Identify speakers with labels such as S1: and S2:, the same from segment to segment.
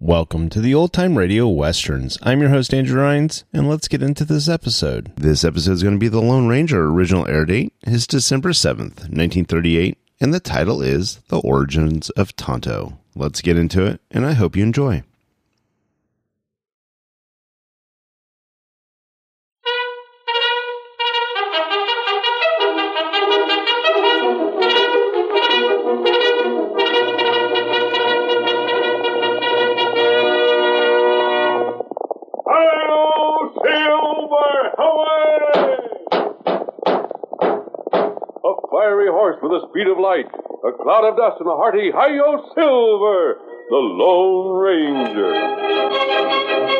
S1: Welcome to the Old Time Radio Westerns. I'm your host, Andrew Rhines, and let's get into this episode. This episode is going to be The Lone Ranger. Original air date is December 7th, 1938, and the title is The Origins of Tonto. Let's get into it, and I hope you enjoy.
S2: Hello, Silver! Away! A fiery horse with the speed of light, a cloud of dust, and a hearty Hi-Yo Silver! The Lone Ranger.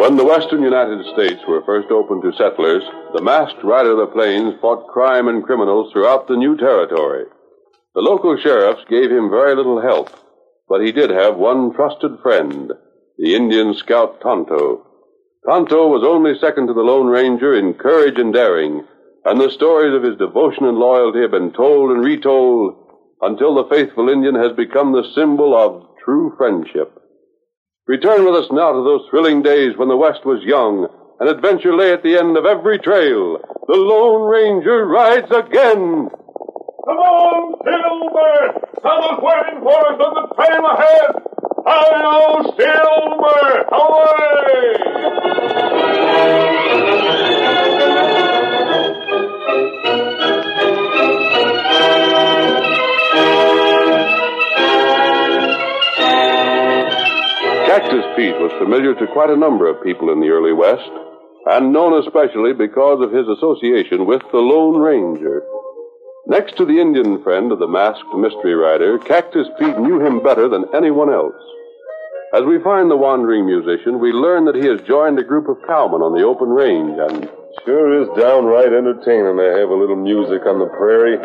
S2: When the western United States were first opened to settlers, the masked rider of the plains fought crime and criminals throughout the new territory. The local sheriffs gave him very little help, but he did have one trusted friend, the Indian scout Tonto. Tonto was only second to the Lone Ranger in courage and daring, and the stories of his devotion and loyalty have been told and retold until the faithful Indian has become the symbol of true friendship. Return with us now to those thrilling days when the West was young and adventure lay at the end of every trail. The Lone Ranger rides again. Come on, Silver! Someone's waiting for us on the trail ahead! Hello, Silver! Away! Cactus Pete was familiar to quite a number of people in the early West, and known especially because of his association with the Lone Ranger. Next to the Indian friend of the masked mystery rider, Cactus Pete knew him better than anyone else. As we find the wandering musician, we learn that he has joined a group of cowmen on the open range, and
S3: Sure is downright entertaining to have a little music on the prairie.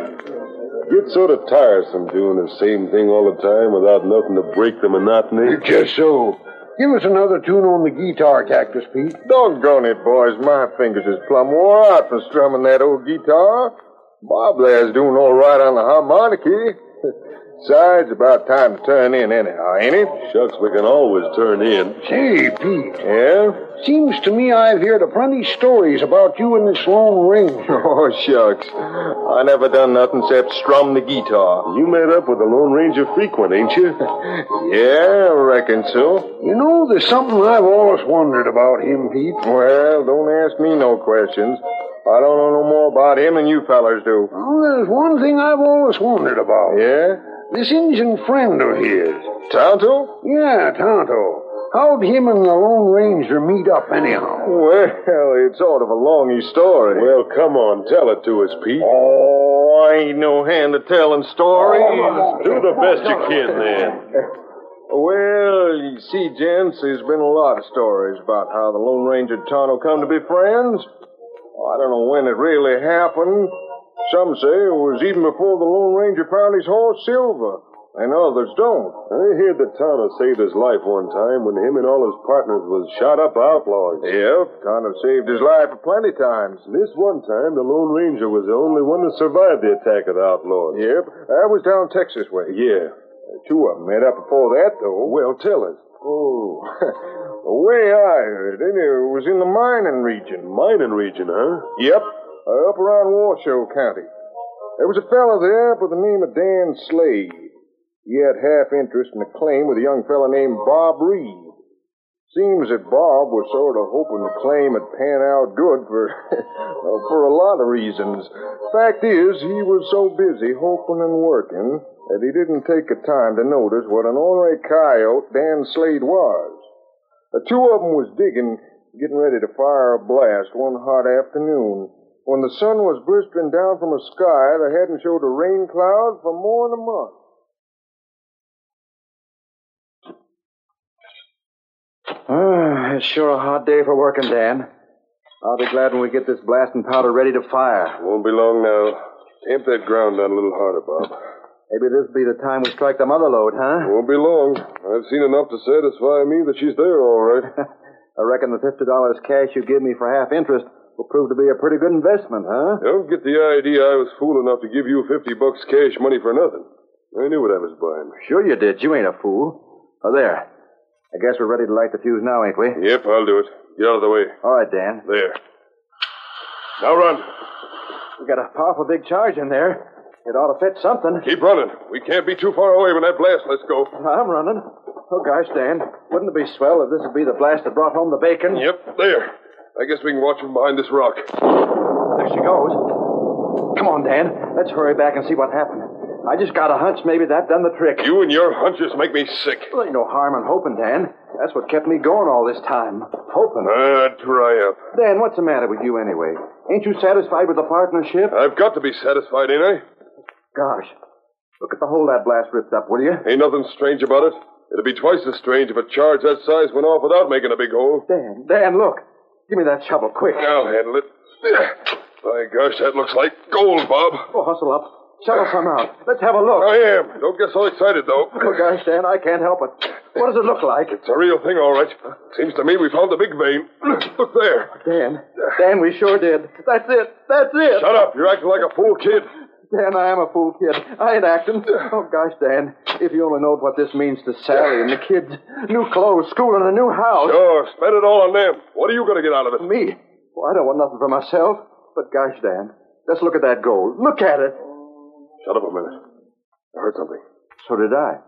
S3: Gets sort of tiresome doing the same thing all the time without nothing to break the monotony.
S4: Just so. Give us another tune on the guitar, Cactus Pete.
S3: Doggone it, boys. My fingers is plumb wore out from strumming that old guitar. Bob there's doing all right on the harmonica. Sarge, about time to turn in anyhow, ain't it?
S5: Shucks, we can always turn in.
S4: Say, Pete,
S3: Yeah?
S4: seems to me I've heard a plenty stories about you and this Lone Ranger.
S3: Oh, shucks. I never done nothing except strum the guitar. You met up with the Lone Ranger frequent, ain't you? yeah, I reckon so.
S4: You know, there's something I've always wondered about him, Pete.
S3: Well, don't ask me no questions. I don't know no more about him than you fellers do.
S4: Well, there's one thing I've always wondered about.
S3: Yeah?
S4: This Injun friend of his.
S3: Tonto?
S4: Yeah, Tonto. How'd him and the Lone Ranger meet up, anyhow?
S3: Well, it's sort of a longy story. Well, come on, tell it to us, Pete. Oh, I ain't no hand at telling stories.
S5: Do the best you can, then.
S3: Well, you see, gents, there's been a lot of stories about how the Lone Ranger and Tonto come to be friends. I don't know when it really happened. Some say it was even before the Lone Ranger found his horse, Silver, and others don't. I heard that Tonto saved his life one time when him and all his partners was shot up outlaws. Yep, Tonto saved his life plenty times. This one time, the Lone Ranger was the only one to survive the attack of the outlaws. Yep, that was down Texas way. Yeah. Two of 'em met up before that, though. Well, tell us. Oh, the way I heard it, it was in the mining region. Mining region, huh? Yep, uh, up around Washoe County. There was a fellow there by the name of Dan Slade. He had half interest in a claim with a young fellow named Bob Reed. Seems that Bob was sort of hoping the claim would pan out good for well, for a lot of reasons. Fact is, he was so busy hoping and working that he didn't take the time to notice what an ornery coyote Dan Slade was. The two of 'em was digging, getting ready to fire a blast one hot afternoon when the sun was blistering down from a sky that hadn't showed a rain cloud for more than a month.
S6: Ah, it's sure a hot day for working, Dan. I'll be glad when we get this blasting powder ready to fire.
S5: Won't be long now. Amp that ground down a little harder, Bob.
S6: Maybe this'll be the time we strike the mother load, huh?
S5: Won't be long. I've seen enough to satisfy me that she's there all right.
S6: I reckon the fifty dollars cash you give me for half interest will prove to be a pretty good investment, huh?
S5: Don't get the idea I was fool enough to give you fifty bucks cash money for nothing. I knew what I was buying.
S6: Sure you did. You ain't a fool. Oh, there. I guess we're ready to light the fuse now, ain't we?
S5: Yep, I'll do it. Get out of the way.
S6: All right, Dan.
S5: There. Now run.
S6: We got a powerful big charge in there. It ought to fit something.
S5: Keep running. We can't be too far away when that blast lets go.
S6: I'm running. Oh, gosh, Dan. Wouldn't it be swell if this would be the blast that brought home the bacon?
S5: Yep, there. I guess we can watch from behind this rock.
S6: There she goes. Come on, Dan. Let's hurry back and see what happened. I just got a hunch maybe that done the trick.
S5: You and your hunches make me sick.
S6: Well, ain't no harm in hoping, Dan. That's what kept me going all this time. Hoping.
S5: Ah, dry up.
S6: Dan, what's the matter with you anyway? Ain't you satisfied with the partnership?
S5: I've got to be satisfied, ain't I?
S6: Gosh. Look at the hole that blast ripped up, will you?
S5: Ain't nothing strange about it. It'd be twice as strange if a charge that size went off without making a big hole.
S6: Dan, Dan, look. Give me that shovel, quick.
S5: I'll handle it. By gosh, that looks like gold, Bob.
S6: Oh, hustle up. Shovel some out. Let's have a look.
S5: I am. Don't get so excited, though.
S6: Oh, gosh, Dan, I can't help it. What does it look like?
S5: It's a real thing, all right. Seems to me we found the big vein. Look there.
S6: Dan, Dan, we sure did. That's it. That's it.
S5: Shut up. You're acting like a fool kid.
S6: Dan, I am a fool kid. I ain't acting. Oh, gosh, Dan, if you only knowed what this means to Sally and the kids. New clothes, school, and a new house.
S5: Sure, spend it all on them. What are you going to get out of it?
S6: Me? Well, Oh, I don't want nothing for myself. But gosh, Dan, let's look at that gold. Look at it.
S5: Shut up a minute. I heard something.
S6: So did I.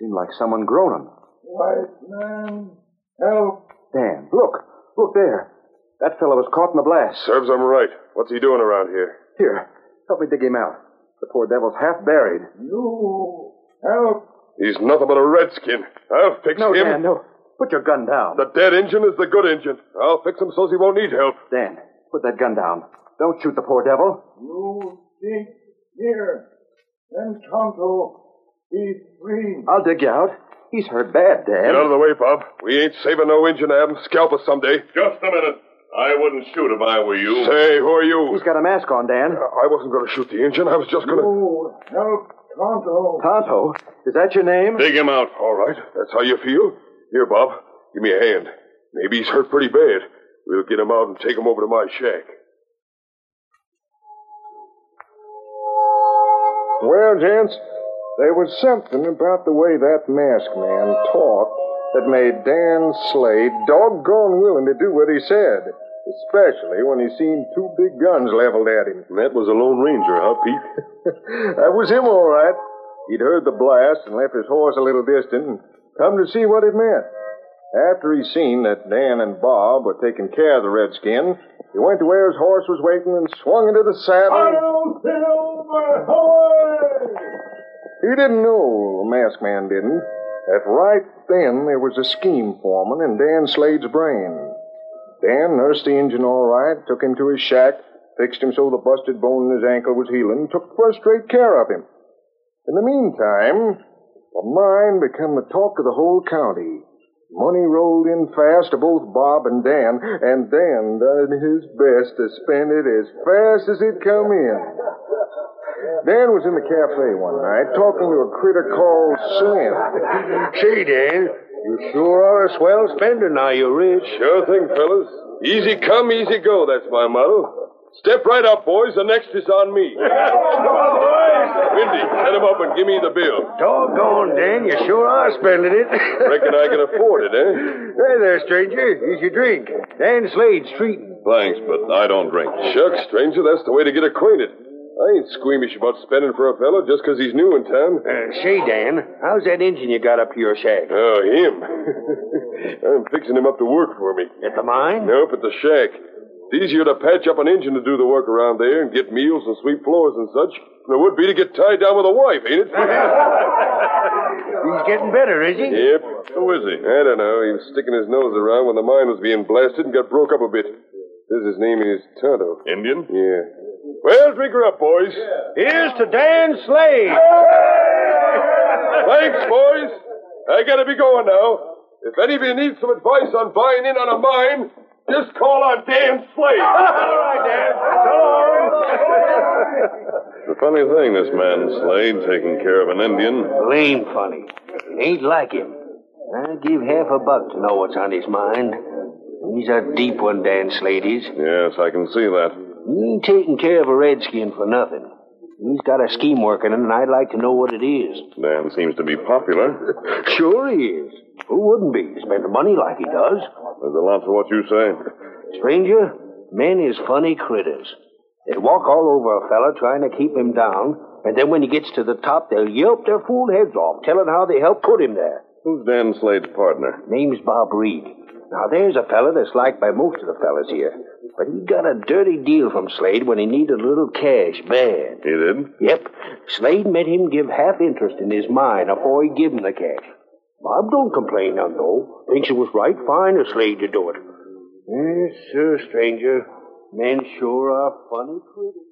S6: Seemed like someone groaning.
S4: White man, help.
S6: Dan, look. Look there. That fellow was caught in the blast.
S5: Serves him right. What's he doing around here?
S6: Here, help me dig him out. The poor devil's half buried.
S4: You, help.
S5: He's nothing but a redskin. I'll fix
S6: No,
S5: him.
S6: Dan, no. Put your gun down.
S5: The dead engine is the good engine. I'll fix him so he won't need help.
S6: Dan, put that gun down. Don't shoot the poor devil.
S4: You dig here. Then Tonto be free.
S6: I'll dig you out. He's hurt bad, Dan.
S5: Get out of the way, Bob. We ain't saving no engine to have him scalp us someday. Just a minute. I wouldn't shoot if I were you. Say, who are you?
S6: He's got a mask on, Dan.
S5: I wasn't going to shoot the engine. I was just going to.
S4: You help Tonto.
S6: Tonto, is that your name?
S5: Dig him out. All right. That's how you feel? Here, Bob. Give me a hand. Maybe he's hurt pretty bad. We'll get him out and take him over to my shack.
S3: Well, gents, There was something about the way that masked man talked that made Dan Slade doggone willing to do what he said, especially when he seen two big guns leveled at him.
S5: And that was a Lone Ranger, huh, Pete?
S3: that was him, all right. He'd heard the blast and left his horse a little distant and come to see what it meant. After he seen that Dan and Bob were taking care of the redskin, he went to where his horse was waiting and swung into the saddle. He didn't know, the masked man didn't, that right then there was a scheme forming in Dan Slade's brain. Dan nursed the engine all right, took him to his shack, fixed him so the busted bone in his ankle was healing, took first rate care of him. In the meantime, the mine became the talk of the whole county. Money rolled in fast to both Bob and Dan, and Dan done his best to spend it as fast as it come in. Dan was in the cafe one night talking to a critter called Slim.
S7: Say, Dan, you sure are a swell spender now you're rich.
S5: Sure thing, fellas. Easy come, easy go. That's my motto. Step right up, boys. The next is on me. Windy, set him up and give me the bill.
S7: Doggone, Dan, you sure are spending it.
S5: Reckon I can afford it, eh?
S7: Hey there, stranger. Here's your drink. Dan Slade's treating.
S5: Thanks, but I don't drink. Shucks, stranger, that's the way to get acquainted. I ain't squeamish about spending for a fellow just 'cause he's new in town.
S7: Uh, say, Dan, how's that engine you got up to your shack?
S5: Oh, him. I'm fixing him up to work for me.
S7: At the mine?
S5: Nope, at the shack. It's easier to patch up an engine to do the work around there and get meals and sweep floors and such than it would be to get tied down with a wife, ain't it?
S7: He's getting better, Ah, is he?
S5: yep. Who is he? I don't know. He was sticking his nose around when the mine was being blasted and got broke up a bit. Says his name is Tonto.
S8: Indian?
S5: Yeah. Well, drink her up, boys.
S7: Here's to Dan Slade.
S5: Thanks, boys. I gotta be going now. If anybody needs some advice on buying in on a mine, just call on Dan Slade. All right, Dan. The funny thing, this man Slade taking care of an Indian.
S7: Lame funny. It ain't like him. I'd give half a buck to know what's on his mind. He's a deep one, Dan Slade is.
S5: Yes, I can see that.
S7: He ain't taking care of a redskin for nothing. He's got a scheme working, and I'd like to know what it is.
S5: Dan seems to be popular.
S7: Sure he is. Who wouldn't be? Spending money like he does.
S5: There's a lot to what you say.
S7: Stranger, men is funny critters. They walk all over a fella trying to keep him down, and then when he gets to the top, they'll yelp their fool heads off, telling how they helped put him there.
S5: Who's Dan Slade's partner?
S7: Name's Bob Reed. Now, there's a fella that's liked by most of the fellas here. But he got a dirty deal from Slade when he needed a little cash bad.
S5: He did.
S7: Yep, Slade made him give half interest in his mine afore he give him the cash. Bob don't complain none, though. Thinks it was right fine of Slade to do it. Yes, sir, stranger. Men sure are funny critters.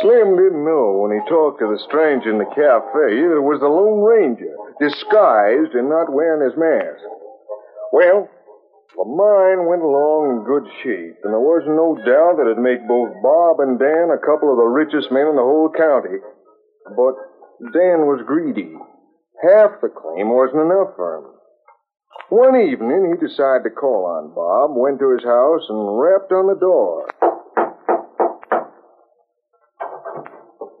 S3: Slim didn't know when he talked to the stranger in the cafe that it was the Lone Ranger, disguised and not wearing his mask. Well, the mine went along in good shape, and there wasn't no doubt that it'd make both Bob and Dan a couple of the richest men in the whole county. But Dan was greedy. Half the claim wasn't enough for him. One evening, he decided to call on Bob, went to his house, and rapped on the door.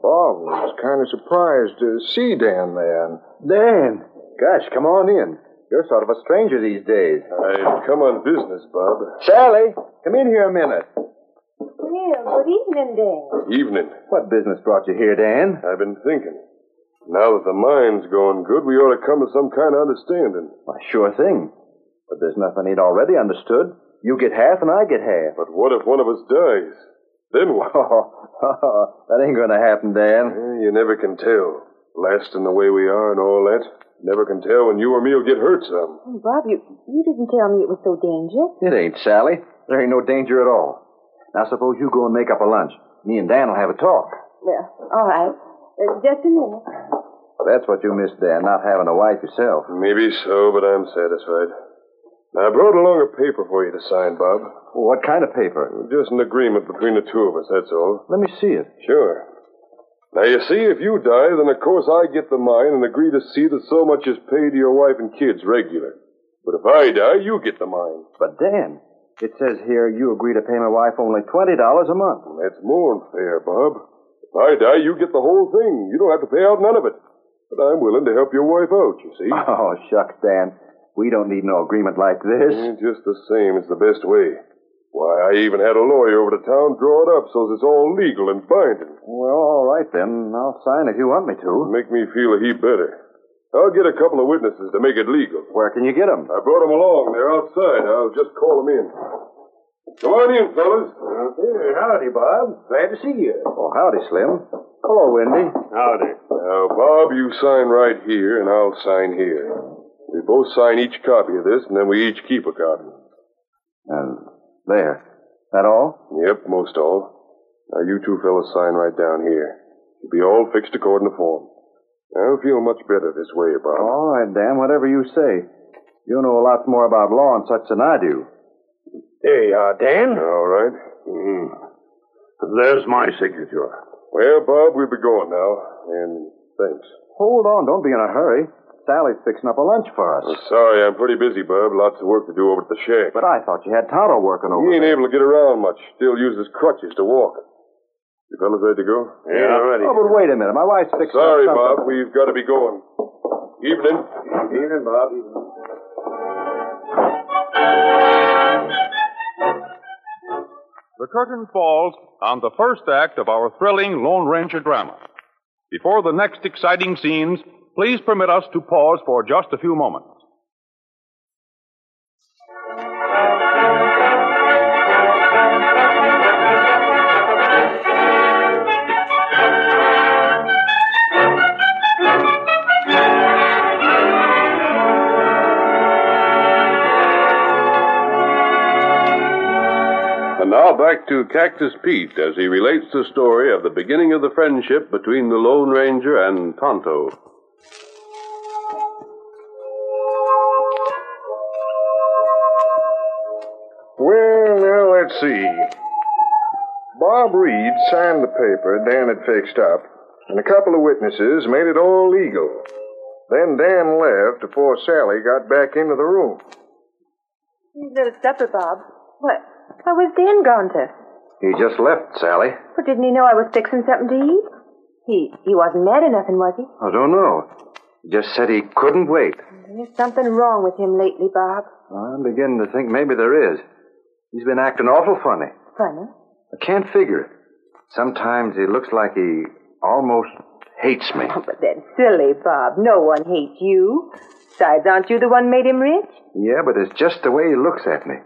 S6: Oh,
S3: Bob was kind of surprised to see Dan there. and
S6: Dan! Gosh, come on in. You're sort of a stranger these days.
S5: I've come on business, Bob.
S6: Sally, come in here a minute.
S9: Well, good evening, Dan.
S5: Evening.
S6: What business brought you here, Dan?
S5: I've been thinking. Now that the mine's going good, we ought to come to some kind of understanding.
S6: Why, sure thing. But there's nothing he'd already understood. You get half and I get half.
S5: But what if one of us dies? Then what?
S6: that ain't gonna happen, Dan.
S5: Eh, You never can tell. Blasting the way we are and all that. Never can tell when you or me'll get hurt some.
S9: Oh, Bob, you, you didn't tell me it was so dangerous.
S6: It ain't, Sally. There ain't no danger at all. Now suppose you go and make up a lunch. Me and Dan will have a talk.
S9: Well, all right. Uh, just a minute.
S6: That's what you missed, Dan, not having a wife yourself.
S5: Maybe so, but I'm satisfied. Now, I brought along a paper for you to sign, Bob.
S6: What kind of paper?
S5: Just an agreement between the two of us, that's all.
S6: Let me see it.
S5: Sure. Now, you see, if you die, then of course I get the mine and agree to see that so much is paid to your wife and kids regular. But if I die, you get the mine.
S6: But, Dan, It says here you agree to pay my wife only $20 a month.
S5: That's more than fair, Bob. If I die, you get the whole thing. You don't have to pay out none of it. But I'm willing to help your wife out, you see.
S6: Oh, shucks, Dan. We don't need no agreement like this.
S5: Eh, Just the same, it's the best way. Why, I even had a lawyer over to town draw it up so it's all legal and binding.
S6: Well, all right then. I'll sign if you want me to.
S5: Make me feel a heap better. I'll get a couple of witnesses to make it legal.
S6: Where can you get 'em?
S5: I brought them along. They're outside. I'll just call them in. Come on in, fellas.
S3: howdy, Bob. Glad to see you.
S6: Oh, howdy, Slim. Hello, Wendy.
S3: Howdy.
S5: Now, Bob, you sign right here, and I'll sign here. We both sign each copy of this, and then we each keep a copy.
S6: And there. That all?
S5: Yep, most all. Now, you two fellas sign right down here. You'll be all fixed according to form. I feel much better this way, Bob.
S6: Oh, All right, Dan. Whatever you say. You know a lot more about law and such than I do.
S3: There you are, Dan.
S5: All right. Mm-hmm.
S3: There's my signature.
S5: Well, Bob, we'll be going now, and thanks.
S6: Hold on. Don't be in a hurry. Sally's fixing up a lunch for us.
S5: Sorry, I'm pretty busy, Bob. Lots of work to do over at the shack.
S6: But I thought you had Tonto working over
S5: He ain't
S6: there.
S5: able to get around much. Still uses crutches to walk. You fellas ready to go?
S3: Yeah, ready.
S6: Oh, but wait a minute. My wife's fixing up
S5: Sorry,
S6: something.
S5: Bob. We've got to be going. Evening. Evening, Bob.
S10: The curtain falls on the first act of our thrilling Lone Ranger drama. Before the next exciting scenes, please permit us to pause for just a few moments.
S2: And now back to Cactus Pete as he relates the story of the beginning of the friendship between the Lone Ranger and Tonto.
S5: Well, now let's see. Bob Reed signed the paper Dan had fixed up, and a couple of witnesses made it all legal. Then Dan left before Sally got back into the room.
S9: Here's a little supper, Bob. What? Why was Dan gone to?
S6: He just left, Sally.
S9: Well, didn't he know I was fixing something to eat? He he wasn't mad or nothing, was he?
S6: I don't know. He just said he couldn't wait.
S9: There's something wrong with him lately, Bob.
S6: I'm beginning to think maybe there is. He's been acting awful funny.
S9: Funny.
S6: I can't figure it. Sometimes he looks like he almost hates me.
S9: Oh, but that's silly, Bob. No one hates you. Besides, aren't you the one made him rich?
S6: Yeah, but it's just the way he looks at me.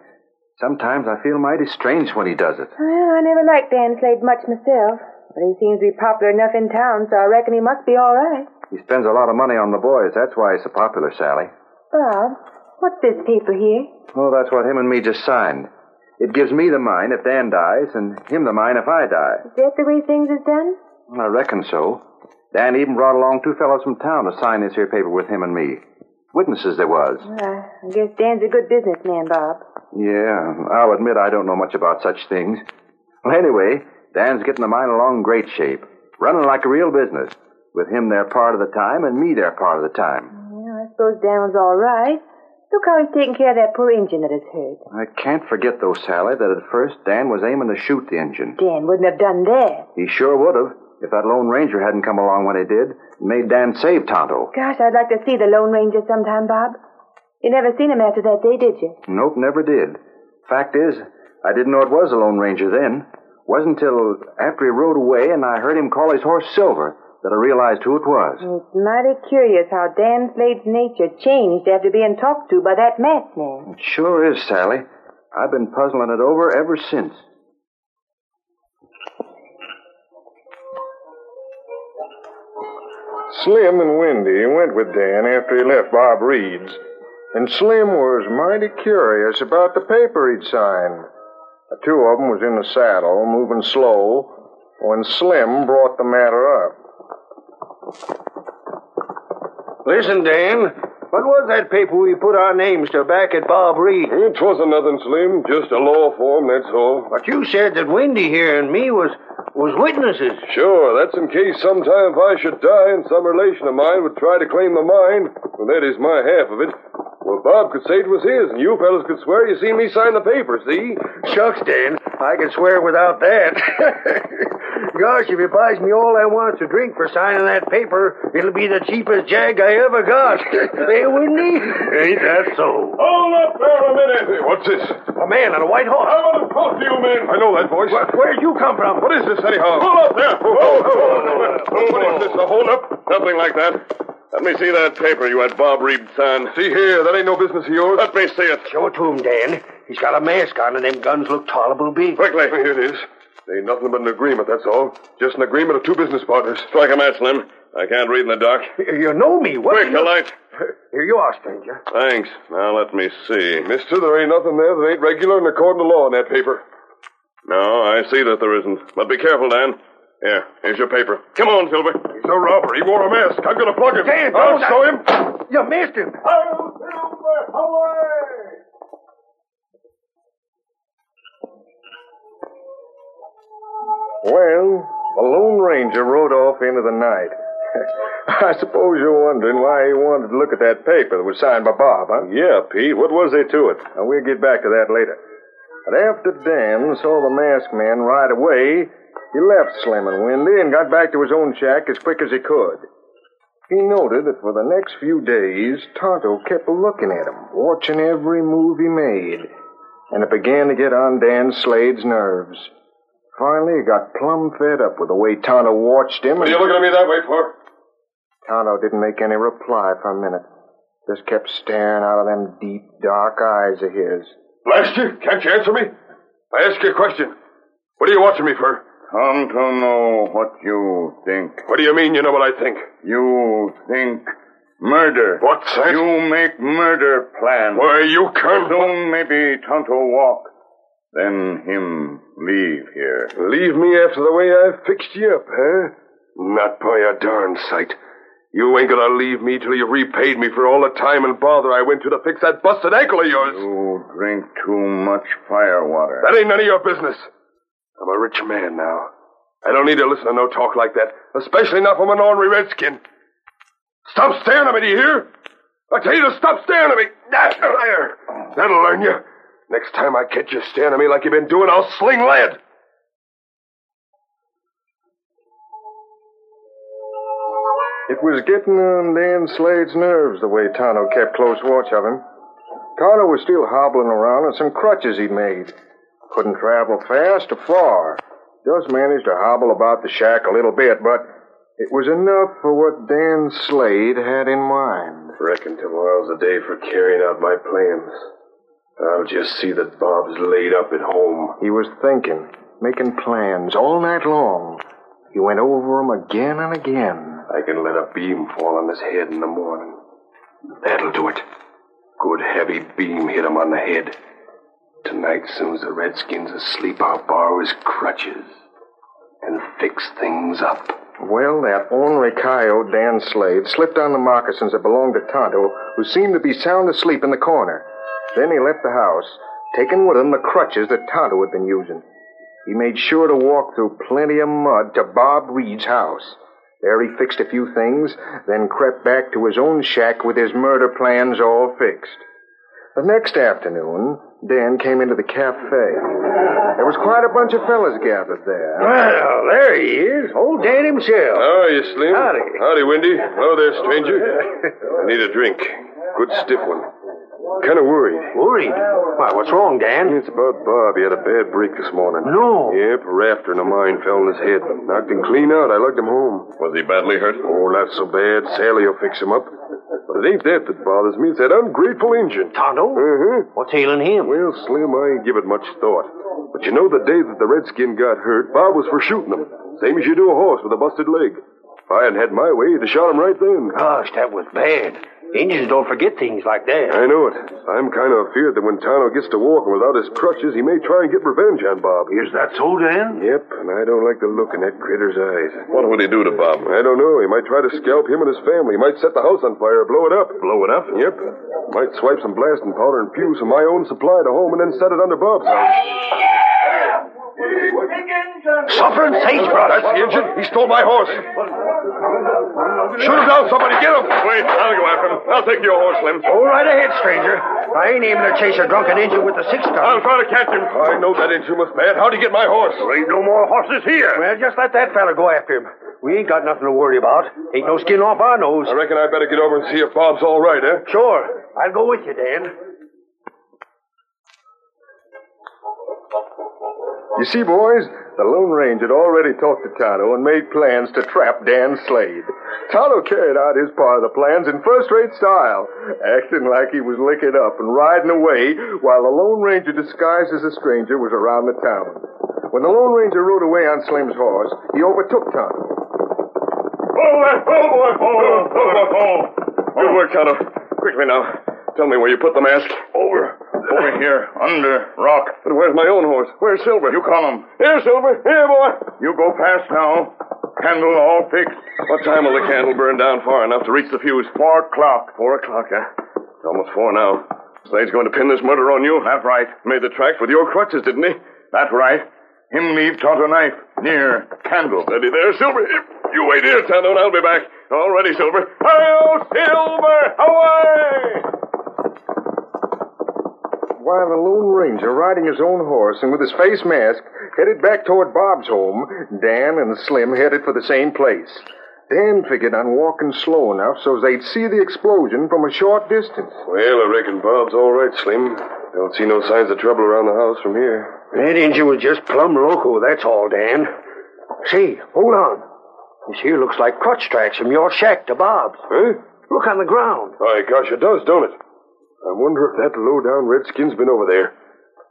S6: Sometimes I feel mighty strange when he does it.
S9: Well, I never liked Dan Slade much myself, but he seems to be popular enough in town, so I reckon he must be all right.
S6: He spends a lot of money on the boys. That's why he's so popular, Sally.
S9: Bob, what's this paper here?
S6: Oh, that's what him and me just signed. It gives me the mine if Dan dies, and him the mine if I die.
S9: Is that the way things is done?
S6: Well, I reckon so. Dan even brought along two fellows from town to sign this here paper with him and me. Witnesses there was.
S9: Well, I I guess Dan's a good businessman, Bob.
S6: Yeah, I'll admit I don't know much about such things. Well, anyway, Dan's getting the mine along in great shape, running like a real business, with him there part of the time and me there part of the time.
S9: Well, I suppose Dan was all right. Look how he's taking care of that poor engine that is hurt.
S6: I can't forget, though, Sally, that at first Dan was aiming to shoot the engine.
S9: Dan wouldn't have done that.
S6: He sure would have if that Lone Ranger hadn't come along when he did and made Dan save Tonto.
S9: Gosh, I'd like to see the Lone Ranger sometime, Bob. You never seen him after that day, did you?
S6: Nope, never did. Fact is, I didn't know it was the Lone Ranger then. Wasn't till after he rode away and I heard him call his horse Silver that I realized who it was.
S9: It's mighty curious how Dan Slade's nature changed after being talked to by that masked man.
S6: It sure is, Sally. I've been puzzling it over ever since.
S5: Slim and Wendy went with Dan after he left Bob Reed's, and Slim was mighty curious about the paper he'd signed. The two of 'em was in the saddle, moving slow, when Slim brought the matter up.
S3: Listen, Dan. What was that paper we put our names to back at Bob Reed?
S5: It wasn't nothing, Slim. Just a law form, that's all.
S3: But you said that Wendy here and me was was witnesses.
S5: Sure, that's in case sometime if I should die and some relation of mine would try to claim the mine. Well, that is my half of it.
S3: Well, Bob could say it was his, and you fellas could swear you seen me sign the paper, see?
S4: Shucks, Dan. I can swear without that. Gosh, if he buys me all I want to drink for signing that paper, it'll be the cheapest jag I ever got. they wouldn't he? Ain't that so?
S3: Hold up there a minute! Hey, what's this?
S4: A man on a white horse.
S3: I'm gonna talk to you men! I know that voice.
S4: Where'd you come from?
S3: What is this, anyhow? Hold up there! Oh, oh, oh, oh. What is this, a holdup?
S5: Nothing like that. Let me see that paper you had Bob Reed sign.
S3: See here, that ain't no business of yours.
S5: Let me see it.
S4: Show it to him, Dan. He's got a mask on, and them guns look tolerable big.
S5: Quickly.
S3: Here it is. Ain't nothing but an agreement, that's all. Just an agreement of two business partners.
S5: Strike a match, Slim. I can't read in the dark.
S4: You know me. What
S5: Quick,
S4: do
S5: a
S4: you...
S5: light.
S4: Here you are, stranger.
S5: Thanks. Now let me see.
S3: Mister, there ain't nothing there that ain't regular and according to law in that paper.
S5: No, Oh, I see that there isn't. But be careful, Dan. Here, here's your paper. Come on, Silver.
S3: He's a robber. He wore a mask. I'm gonna plug him.
S4: Dan,
S3: I'll
S4: don't-
S3: show him.
S4: You missed him.
S3: I'll Silver, away! Well, the Lone Ranger rode off into the night. I suppose you're wondering why he wanted to look at that paper that was signed by Bob, huh?
S5: Yeah, Pete. What was they to it?
S3: Now, we'll get back to that later. But after Dan saw the masked man ride away, he left Slim and Windy and got back to his own shack as quick as he could. He noted that for the next few days, Tonto kept looking at him, watching every move he made. And it began to get on Dan Slade's nerves. Finally, he got plumb fed up with the way Tonto watched him. and-
S5: looking at me that way for?
S3: Tonto didn't make any reply for a minute. Just kept staring out of them deep, dark eyes of his.
S5: Blast you! Can't you answer me? I ask you a question. What are you watching me for?
S11: Come to know what you think.
S5: What do you mean you know what I think?
S11: You think murder.
S5: What's that?
S11: You make murder plans.
S5: Why, you can
S11: Soon maybe Tonto walk, then him leave here.
S3: Leave me after the way I fixed you up, huh?
S5: Not by a darn sight. You ain't gonna leave me till you repaid me for all the time and bother I went to to fix that busted ankle of yours.
S11: You drink too much fire water.
S5: That ain't none of your business. I'm a rich man now. I don't need to listen to no talk like that, especially not from an ornery redskin. Stop staring at me, do you hear? I tell you to stop staring at me. Ah, There. That'll learn you. Next time I catch you staring at me like you've been doing, I'll sling lead.
S3: It was getting on Dan Slade's nerves the way Tonto kept close watch of him. Tonto was still hobbling around on some crutches he'd made. Couldn't travel fast or far. Just managed to hobble about the shack a little bit, but it was enough for what Dan Slade had in mind.
S5: Reckon tomorrow's the day for carrying out my plans. I'll just see that Bob's laid up at home.
S3: He was thinking, making plans all night long. He went over 'em again and again.
S5: I can let a beam fall on his head in the morning. That'll do it. Good heavy beam hit him on the head. Tonight, soon as the Redskins asleep, I'll borrow his crutches and fix things up.
S3: Well, that ornery coyote, Dan Slade, slipped on the moccasins that belonged to Tonto, who seemed to be sound asleep in the corner. Then he left the house, taking with him the crutches that Tonto had been using. He made sure to walk through plenty of mud to Bob Reed's house. There he fixed a few things, then crept back to his own shack with his murder plans all fixed. The next afternoon, Dan came into the cafe. There was quite a bunch of fellas gathered there.
S4: Well, there he is. Old Dan himself.
S5: How are you, Slim?
S4: Howdy.
S5: Howdy, Wendy. Hello there, stranger. I need a drink. Good stiff one. Kind of worried.
S4: Worried. Why, what's wrong, Dan?
S5: It's about Bob. He had a bad break this morning.
S4: No.
S5: Yep, a rafter in a mine fell on his head. Knocked him clean out. I lugged him home. Was he badly hurt? Oh, not so bad. Sally'll fix him up. But it ain't that that bothers me. It's that ungrateful engine.
S4: Tonto?
S5: Uh-huh.
S4: What's ailing him?
S5: Well, Slim, I ain't give it much thought. But you know, the day that the redskin got hurt, Bob was for shooting him. Same as you do a horse with a busted leg. If I had had my way, he'd have shot him right then.
S4: Gosh, that was bad. Indians don't forget things like that.
S5: I know it. I'm kind of afeard that when Tano gets to walking without his crutches, he may try and get revenge on Bob.
S4: Is that so, Dan?
S5: Yep, and I don't like the look in that critter's eyes. What would he do to Bob? I don't know. He might try to scalp him and his family. He might set the house on fire or blow it up. Blow it up? Yep. Might swipe some blasting powder and fuse from my own supply to home and then set it under Bob's house. Suffering sage, brother. That's the engine. He stole my horse. Shoot him down, somebody. Get him. Oh, Wait, I'll go after him. I'll take your horse, Slim.
S4: Go right ahead, stranger. I ain't aiming to chase a drunken engine with a six gun.
S5: I'll try to catch him. I know that engine was mad. How'd he get my horse? There ain't no more horses here.
S4: Well, just let that fella go after him. We ain't got nothing to worry about. Ain't no skin off our nose.
S5: I reckon I better get over and see if Bob's all right, eh?
S4: Sure. I'll go with you, Dan.
S3: You see, boys, the Lone Ranger had already talked to Tonto and made plans to trap Dan Slade. Tonto carried out his part of the plans in first-rate style, acting like he was licking up and riding away while the Lone Ranger disguised as a stranger was around the town. When the Lone Ranger rode away on Slim's horse, he overtook Tonto.
S5: Hold that boy, hold that hold. Good work, Tonto. Quickly now. Tell me where you put the mask. Over. Over here, under rock. But where's my own horse? Where's Silver? You call him. Here, Silver. Here, boy. You go fast now. Candle all fixed. What time will the candle burn down far enough to reach the fuse? Four o'clock. Four o'clock, huh? It's almost four now. Slade's going to pin this murder on you. That's right. Made the tracks with your crutches, didn't he? That's right. Him leave Tonto knife near candle. Steady there, Silver. You wait here, Tonto, and I'll be back. All ready, Silver. Hail, Silver! Away!
S3: While the Lone Ranger, riding his own horse and with his face mask, headed back toward Bob's home, Dan and Slim headed for the same place. Dan figured on walking slow enough so they'd see the explosion from a short distance.
S5: Well, I reckon Bob's all right, Slim. Don't see no signs of trouble around the house from here.
S4: That engine was just plumb loco, that's all, Dan. Say, hold on. This here looks like crutch tracks from your shack to Bob's.
S5: Huh?
S4: Look on the ground.
S5: My gosh, it does, don't it? I wonder if that low-down redskin's been over there.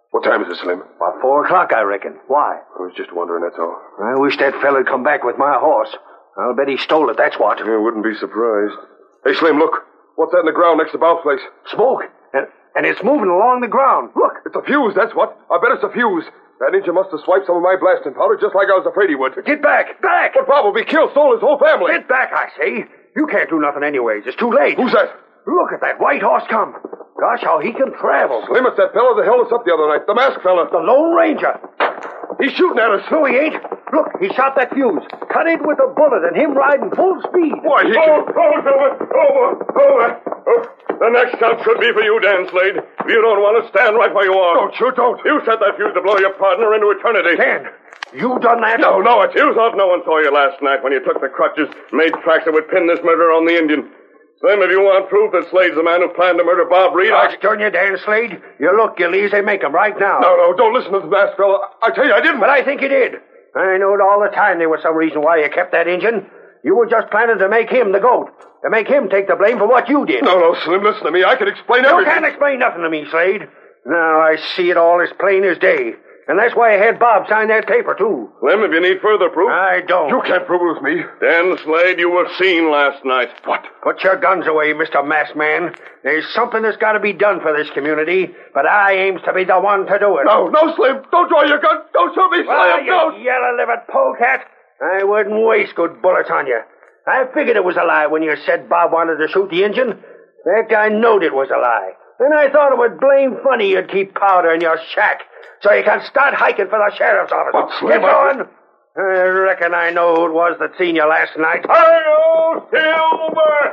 S5: What time is it, Slim?
S4: About four o'clock, I reckon. Why?
S5: I was just wondering, that's all.
S4: I wish that fella'd come back with my horse. I'll bet he stole it, that's what.
S5: I wouldn't be surprised. Hey, Slim, look. What's that in the ground next to Bob's place?
S4: Smoke. And, and it's moving along the ground. Look.
S5: It's a fuse, that's what. I bet it's a fuse. That ninja must have swiped some of my blasting powder just like I was afraid he would.
S4: Get back! Back!
S5: But Bob will be killed, stole his whole family.
S4: Get back, I say. You can't do nothing anyways. It's too late.
S5: Who's that?
S4: Look at that white horse come. Gosh, how he can travel.
S5: Slim, it's that fellow that held us up the other night. The masked fella.
S4: The Lone Ranger.
S5: He's shooting at us.
S4: No, he ain't. Look, he shot that fuse. Cut it with a bullet and him riding full speed.
S5: Why, he
S4: Oh,
S5: can... Oh, over, over, over. the next shot should be for you, Dan Slade. If you don't want to stand right where you are. Don't, you don't. You set that fuse to blow your partner into eternity.
S4: Dan, you done that?
S5: No, no, it's you thought no one saw you last night when you took the crutches, made tracks that would pin this murder on the Indian. Slim, if you want proof that Slade's the man who planned to murder Bob Reed, I...
S4: Gosh, darn you, Dan Slade. You look, Gillies, they make him right now.
S5: No, no, don't listen to the masked fella. I tell you, I didn't.
S4: But I think you did. I knowed all the time there was some reason why you kept that engine. You were just planning to make him the goat, to make him take the blame for what you did.
S5: No, no, Slim, listen to me. I can explain
S4: You
S5: everything.
S4: can't explain nothing to me, Slade. Now I see it all as plain as day. And that's why I had Bob sign that paper, too.
S5: Slim, if you need further proof...
S4: I don't.
S5: You can't prove it with me. Dan Slade, you were seen last night. What?
S4: Put your guns away, Mr. Masked Man. There's something that's got to be done for this community, but I aims to be the one to do it.
S5: No, no, Slim. Don't draw your gun. Don't shoot me, Slim.
S4: Well, you
S5: don't.
S4: yellow-livered polecat. I wouldn't waste good bullets on you. I figured it was a lie when you said Bob wanted to shoot the engine. That guy knowed it was a lie. And I thought it was blame funny you'd keep powder in your shack so you can start hiking for the sheriff's office.
S5: But, Slim,
S4: Get
S5: I-
S4: going. I reckon I know who it was that seen you last night.
S5: Hail, Silver!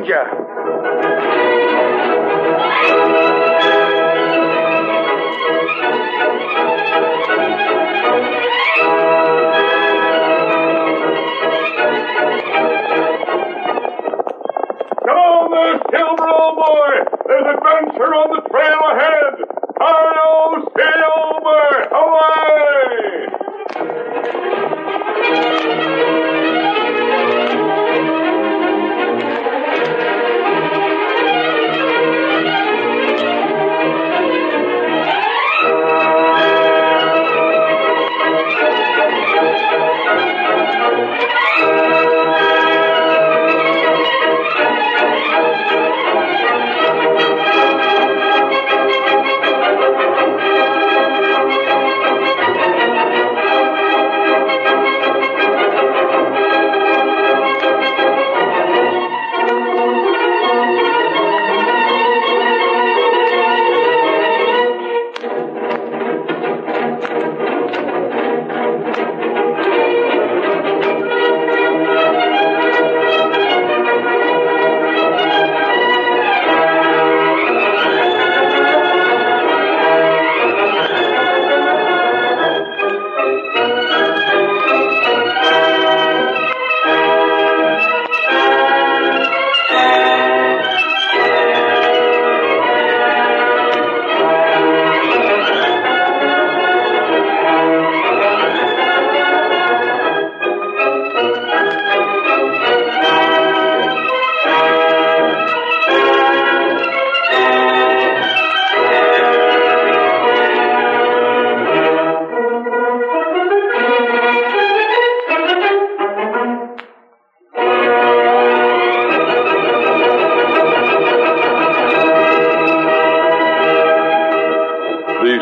S5: Away!
S4: The Lone Ranger.
S5: Come there, Silver, old boy. There's adventure on the trail ahead. Hail, Silver! Away!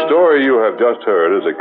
S2: story you have just heard is a